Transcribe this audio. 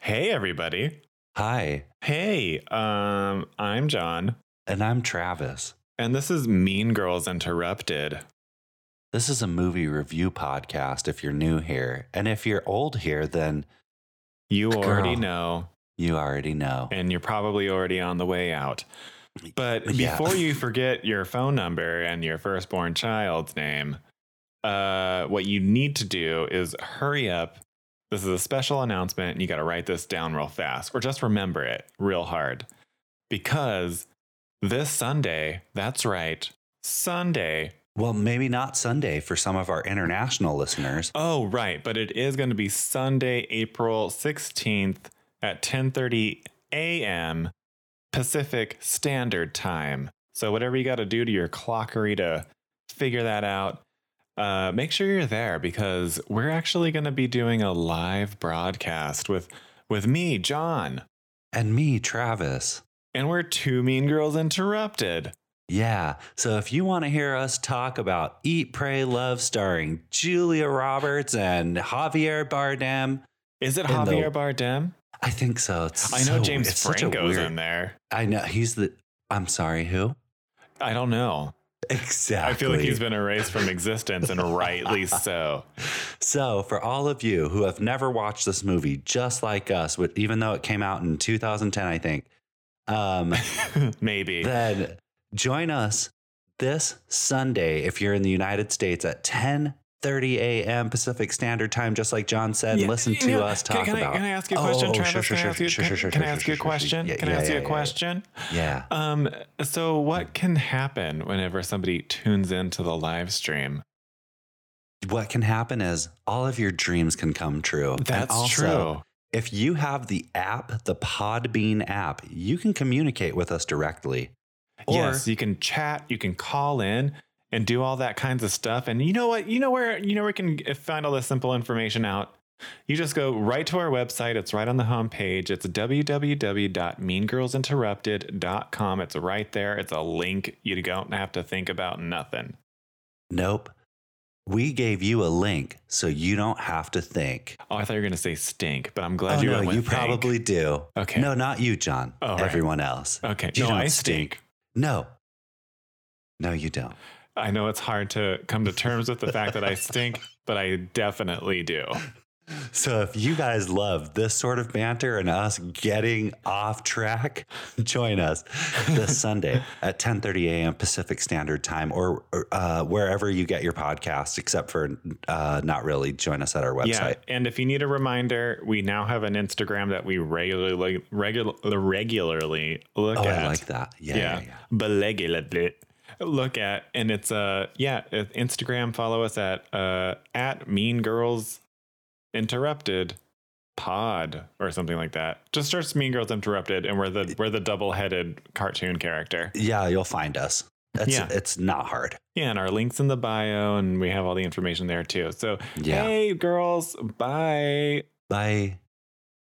Hey, everybody. Hi, Hey, um, I'm John, and I'm Travis. and this is Mean Girls Interrupted. This is a movie review podcast if you're new here. And if you're old here, then You Girl. already know, you already know. and you're probably already on the way out. But Yeah. before you forget your phone number and your firstborn child's name, uh, what you need to do is hurry up. This is a special announcement, and you got to write this down real fast, or just remember it real hard. Because this Sunday, that's right, Sunday, Well, maybe not Sunday for some of our international listeners. Oh, right, but it is going to be Sunday, April 16th at 10:30 a.m. Pacific Standard Time. So whatever you got to do to your clockery to figure that out, uh, make sure you're there because we're actually going to be doing a live broadcast with with me, John, And me, Travis. and we're two mean girls interrupted. Yeah. So if you want to hear us talk about Eat, Pray, Love starring Julia Roberts and Javier Bardem, Is it And the- Javier Bardem? I think so. It's I know so- James it's such a Franco's weird- in there. I know. He's the. I'm sorry, who? I don't know. Exactly. I feel like he's been erased from existence, and rightly so. So, for all of you who have never watched this movie, just like us, which, even though it came out in 2010, I think, um, Maybe. then join us this Sunday if you're in the United States at 10:30 a.m. Pacific Standard Time, just like John said. Yeah, listen to yeah. us Can- talk can, I- about. Can I ask you a Oh, question, oh, Travis? sure, can sure, I ask sure, you, sure, can, sure, can I sure, ask you sure, a sure, sure. question? Yeah, can I yeah, ask you yeah, a yeah, yeah. question? yeah. Um, so what can happen whenever somebody tunes into the live stream? What can happen is all of your dreams can come true. And That's also, true. If you have the app, the Podbean app, you can communicate with us directly. Or yes, you can chat, you can call in and do all that kinds of stuff. And you know what? You know where you know where we can find all this simple information out. You just go right to our website. It's right on the homepage. It's www.meangirlsinterrupted.com. It's right there. It's a link. You don't have to think about nothing. Nope. We gave you a link so you don't have to think. Oh, I thought you were going to say stink, but I'm glad oh, you no, went with you think. probably do. Okay. No, not you, John. Oh, right. Everyone else. Okay. You no, don't I stink. No. No, you don't. I know it's hard to come to terms with the fact that I stink, but I definitely do. So if you guys love this sort of banter and us getting off track, join us this Sunday at 10:30 a.m. Pacific Standard Time or or, uh, wherever you get your podcasts, except for uh, not really. Join us at our Yeah. website. And if you need a reminder, we now have an Instagram that we regularly regular, regularly look oh, at. I like that. Yeah, yeah, yeah. yeah. Regularly Look at and it's uh yeah, uh, Instagram follow us at uh at Mean Girls Interrupted Pod or something like that. Just search Mean Girls Interrupted and we're the we're the double-headed cartoon character. Yeah, you'll find us. It's, Yeah. it's not hard. Yeah, and our links in the bio and we have all the information there too. So Yeah. hey girls, bye. Bye.